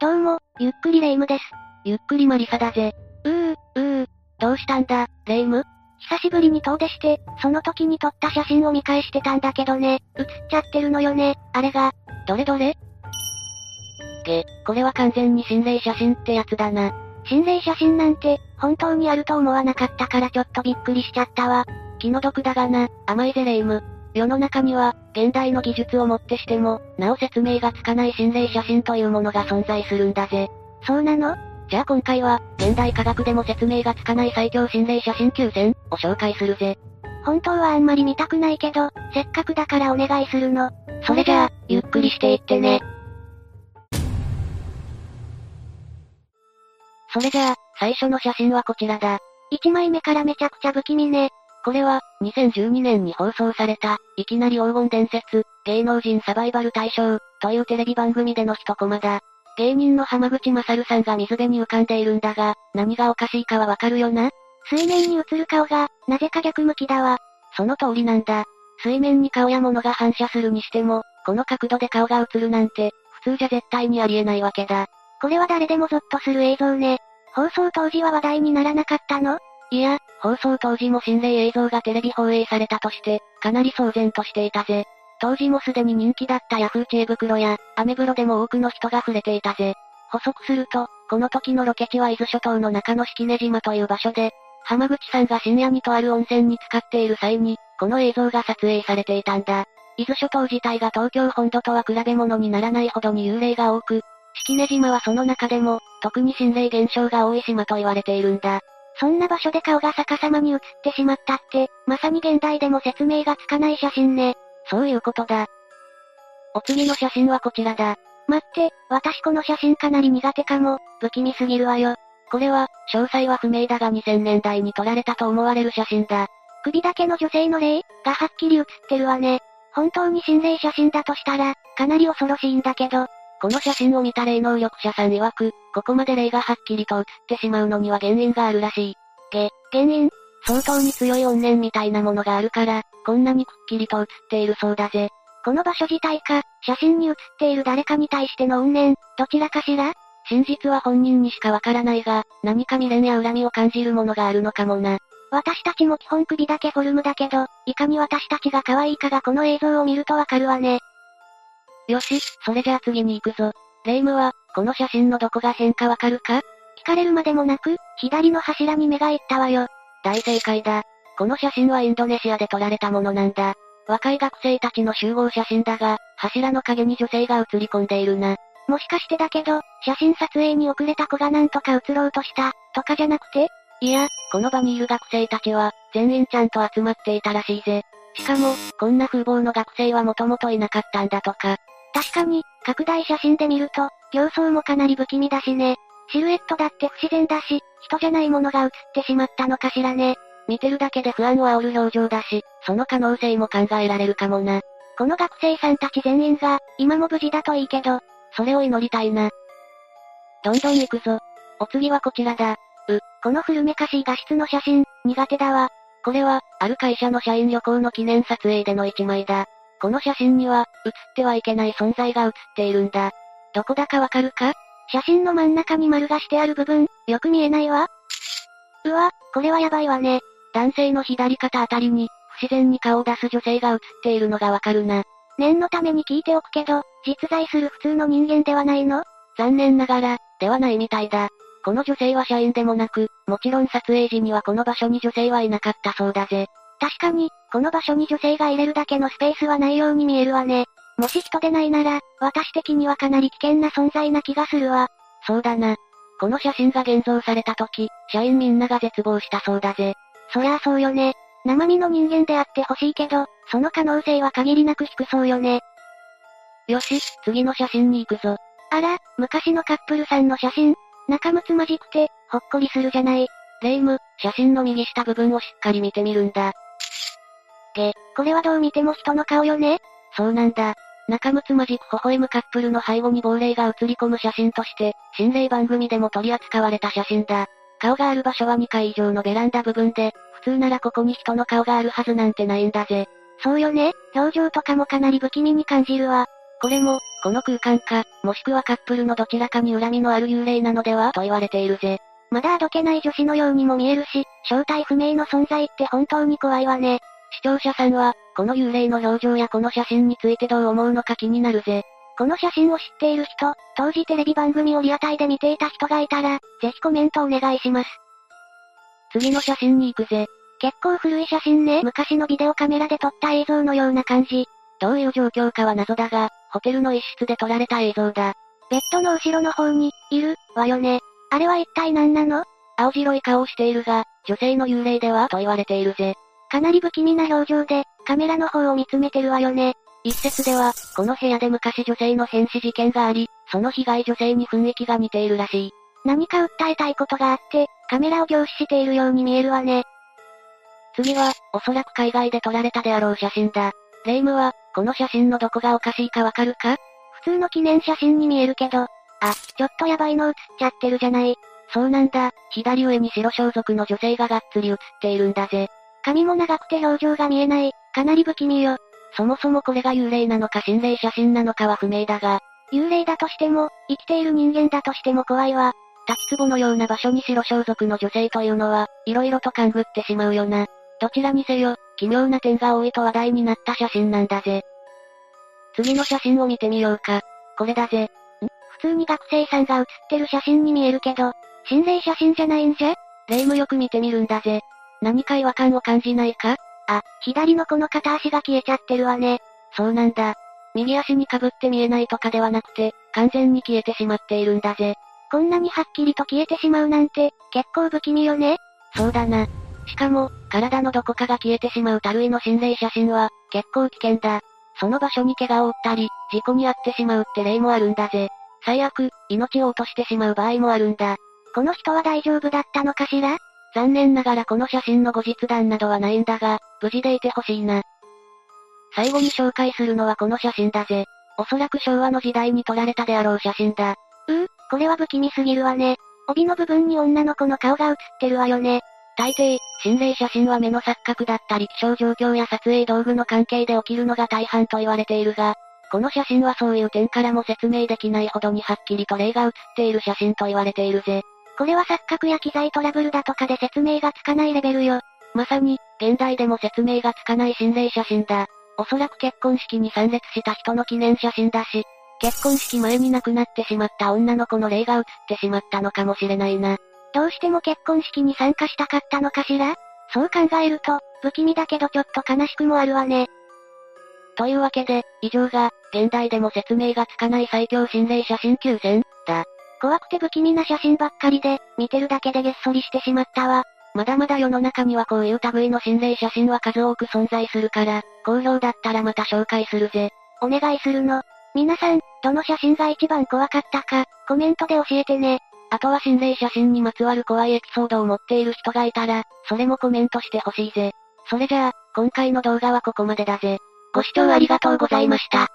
どうも、ゆっくりレ夢ムです。ゆっくりマリサだぜ。うー、うー、どうしたんだ、レ夢ム久しぶりに遠出して、その時に撮った写真を見返してたんだけどね、映っちゃってるのよね、あれが。どれどれげ、これは完全に心霊写真ってやつだな。心霊写真なんて、本当にあると思わなかったからちょっとびっくりしちゃったわ。気の毒だがな、甘いぜレ夢ム。世の中には、現代の技術をもってしても、なお説明がつかない心霊写真というものが存在するんだぜ。そうなのじゃあ今回は、現代科学でも説明がつかない最強心霊写真9000を紹介するぜ。本当はあんまり見たくないけど、せっかくだからお願いするの。それじゃあ、ゆっくりしていってね。それじゃあ、最初の写真はこちらだ。 1枚目からめちゃくちゃ不気味ね。これは、2012年に放送された、いきなり黄金伝説、芸能人サバイバル大賞、というテレビ番組での一コマだ。芸人の浜口勝さんが水辺に浮かんでいるんだが、何がおかしいかはわかるよな水面に映る顔が、なぜか逆向きだわ。その通りなんだ。水面に顔や物が反射するにしても、この角度で顔が映るなんて、普通じゃ絶対にありえないわけだ。これは誰でもゾッとする映像ね。放送当時は話題にならなかったのいや、放送当時も心霊映像がテレビ放映されたとして、かなり騒然としていたぜ。当時もすでに人気だったヤフー知恵袋や、アメブロでも多くの人が触れていたぜ。補足すると、この時のロケ地は伊豆諸島の中の式根島という場所で、浜口さんが深夜にとある温泉に使っている際に、この映像が撮影されていたんだ。伊豆諸島自体が東京本土とは比べ物にならないほどに幽霊が多く、式根島はその中でも、特に心霊現象が多い島と言われているんだ。そんな場所で顔が逆さまに映ってしまったって、まさに現代でも説明がつかない写真ね。そういうことだ。お次の写真はこちらだ。待って、私この写真かなり苦手かも。不気味すぎるわよ。これは、詳細は不明だが2000年代に撮られたと思われる写真だ。首だけの女性の霊がはっきり映ってるわね。本当に心霊写真だとしたら、かなり恐ろしいんだけど、この写真を見た霊能力者さん曰く、ここまで霊がはっきりと映ってしまうのには原因があるらしい。げ、原因相当に強い怨念みたいなものがあるから、こんなにくっきりと映っているそうだぜ。この場所自体か、写真に写っている誰かに対しての怨念、どちらかしら真実は本人にしかわからないが、何か未練や恨みを感じるものがあるのかもな。私たちも基本首だけフォルムだけど、いかに私たちが可愛いかがこの映像を見るとわかるわね。よし、それじゃあ次に行くぞ。霊夢は、この写真のどこが変かわかるか聞かれるまでもなく、左の柱に目がいったわよ。大正解だ。この写真はインドネシアで撮られたものなんだ。若い学生たちの集合写真だが、柱の影に女性が映り込んでいるな。もしかしてだけど、写真撮影に遅れた子がなんとか映ろうとした、とかじゃなくていや、この場にいる学生たちは、全員ちゃんと集まっていたらしいぜ。しかも、こんな風貌の学生はもともといなかったんだとか。確かに、拡大写真で見ると、形相もかなり不気味だしね。シルエットだって不自然だし、人じゃないものが映ってしまったのかしらね。見てるだけで不安を煽る表情だし、その可能性も考えられるかもな。この学生さんたち全員が、今も無事だといいけど、それを祈りたいな。どんどん行くぞ。お次はこちらだ。この古めかしい画質の写真、苦手だわ。これは、ある会社の社員旅行の記念撮影での一枚だ。この写真には、写ってはいけない存在が写っているんだ。どこだかわかるか写真の真ん中に丸がしてある部分、よく見えないわ。うわ、これはやばいわね。男性の左肩あたりに、不自然に顔を出す女性が写っているのがわかるな。念のために聞いておくけど、実在する普通の人間ではないの残念ながら、ではないみたいだ。この女性は社員でもなく、もちろん撮影時にはこの場所に女性はいなかったそうだぜ。確かに、この場所に女性が入れるだけのスペースはないように見えるわね。もし人でないなら、私的にはかなり危険な存在な気がするわ。そうだな。この写真が現像された時、社員みんなが絶望したそうだぜ。そりゃあそうよね。生身の人間であってほしいけど、その可能性は限りなく低そうよね。よし、次の写真に行くぞ。あら、昔のカップルさんの写真仲睦まじくて、ほっこりするじゃない。レイム、写真の右下部分をしっかり見てみるんだ。これはどう見ても人の顔よね。そうなんだ。仲睦まじく微笑むカップルの背後に亡霊が映り込む写真として、心霊番組でも取り扱われた写真だ。顔がある場所は2階以上のベランダ部分で、普通ならここに人の顔があるはずなんてないんだぜ。そうよね。表情とかもかなり不気味に感じるわ。これも、この空間か、もしくはカップルのどちらかに恨みのある幽霊なのではと言われているぜ。まだあどけない女子のようにも見えるし、正体不明の存在って本当に怖いわね。視聴者さんは、この幽霊の表情やこの写真についてどう思うのか気になるぜ。この写真を知っている人、当時テレビ番組をリアタイで見ていた人がいたら、ぜひコメントお願いします。次の写真に行くぜ。結構古い写真ね。昔のビデオカメラで撮った映像のような感じ。どういう状況かは謎だが、ホテルの一室で撮られた映像だ。ベッドの後ろの方に、いる、わよね。あれは一体何なの青白い顔をしているが、女性の幽霊ではと言われているぜ。かなり不気味な表情で、カメラの方を見つめてるわよね。一説では、この部屋で昔女性の変死事件があり、その被害女性に雰囲気が似ているらしい。何か訴えたいことがあって、カメラを凝視しているように見えるわね。次は、おそらく海外で撮られたであろう写真だ。霊イムは、この写真のどこがおかしいかわかるか普通の記念写真に見えるけど、あ、ちょっとやばいの写っちゃってるじゃない。そうなんだ、左上に白装束の女性ががっつり写っているんだぜ。髪も長くて表情が見えない、かなり不気味よ。そもそもこれが幽霊なのか心霊写真なのかは不明だが、幽霊だとしても、生きている人間だとしても怖いわ。滝壺のような場所に白装束の女性というのは、色々と勘ぐってしまうよな。どちらにせよ、奇妙な点が多いと話題になった写真なんだぜ。次の写真を見てみようか。これだぜ。普通に学生さんが写ってる写真に見えるけど、心霊写真じゃないんじゃ霊夢よく見てみるんだぜ。何か違和感を感じないかあ、左のこの片足が消えちゃってるわね。そうなんだ。右足にかぶって見えないとかではなくて、完全に消えてしまっているんだぜ。こんなにはっきりと消えてしまうなんて、結構不気味よね。そうだな。しかも、体のどこかが消えてしまう類の心霊写真は、結構危険だ。その場所に怪我を負ったり、事故に遭ってしまうって例もあるんだぜ。最悪、命を落としてしまう場合もあるんだ。この人は大丈夫だったのかしら残念ながらこの写真の後日談などはないんだが、無事でいてほしいな。最後に紹介するのはこの写真だぜ。おそらく昭和の時代に撮られたであろう写真だ。うー、これは不気味すぎるわね。帯の部分に女の子の顔が写ってるわよね。大抵、心霊写真は目の錯覚だったり気象状況や撮影道具の関係で起きるのが大半と言われているが、この写真はそういう点からも説明できないほどにはっきりと霊が写っている写真と言われているぜ。これは錯覚や機材トラブルだとかで説明がつかないレベルよ。まさに、現代でも説明がつかない心霊写真だ。おそらく結婚式に参列した人の記念写真だし、結婚式前に亡くなってしまった女の子の霊が写ってしまったのかもしれないな。どうしても結婚式に参加したかったのかしらそう考えると、不気味だけどちょっと悲しくもあるわね。というわけで、以上が、現代でも説明がつかない最強心霊写真9000だ。怖くて不気味な写真ばっかりで、見てるだけでげっそりしてしまったわ。まだまだ世の中にはこういう類の心霊写真は数多く存在するから、好評だったらまた紹介するぜ。お願いするの。皆さん、どの写真が一番怖かったか、コメントで教えてね。あとは心霊写真にまつわる怖いエピソードを持っている人がいたら、それもコメントしてほしいぜ。それじゃあ、今回の動画はここまでだぜ。ご視聴ありがとうございました。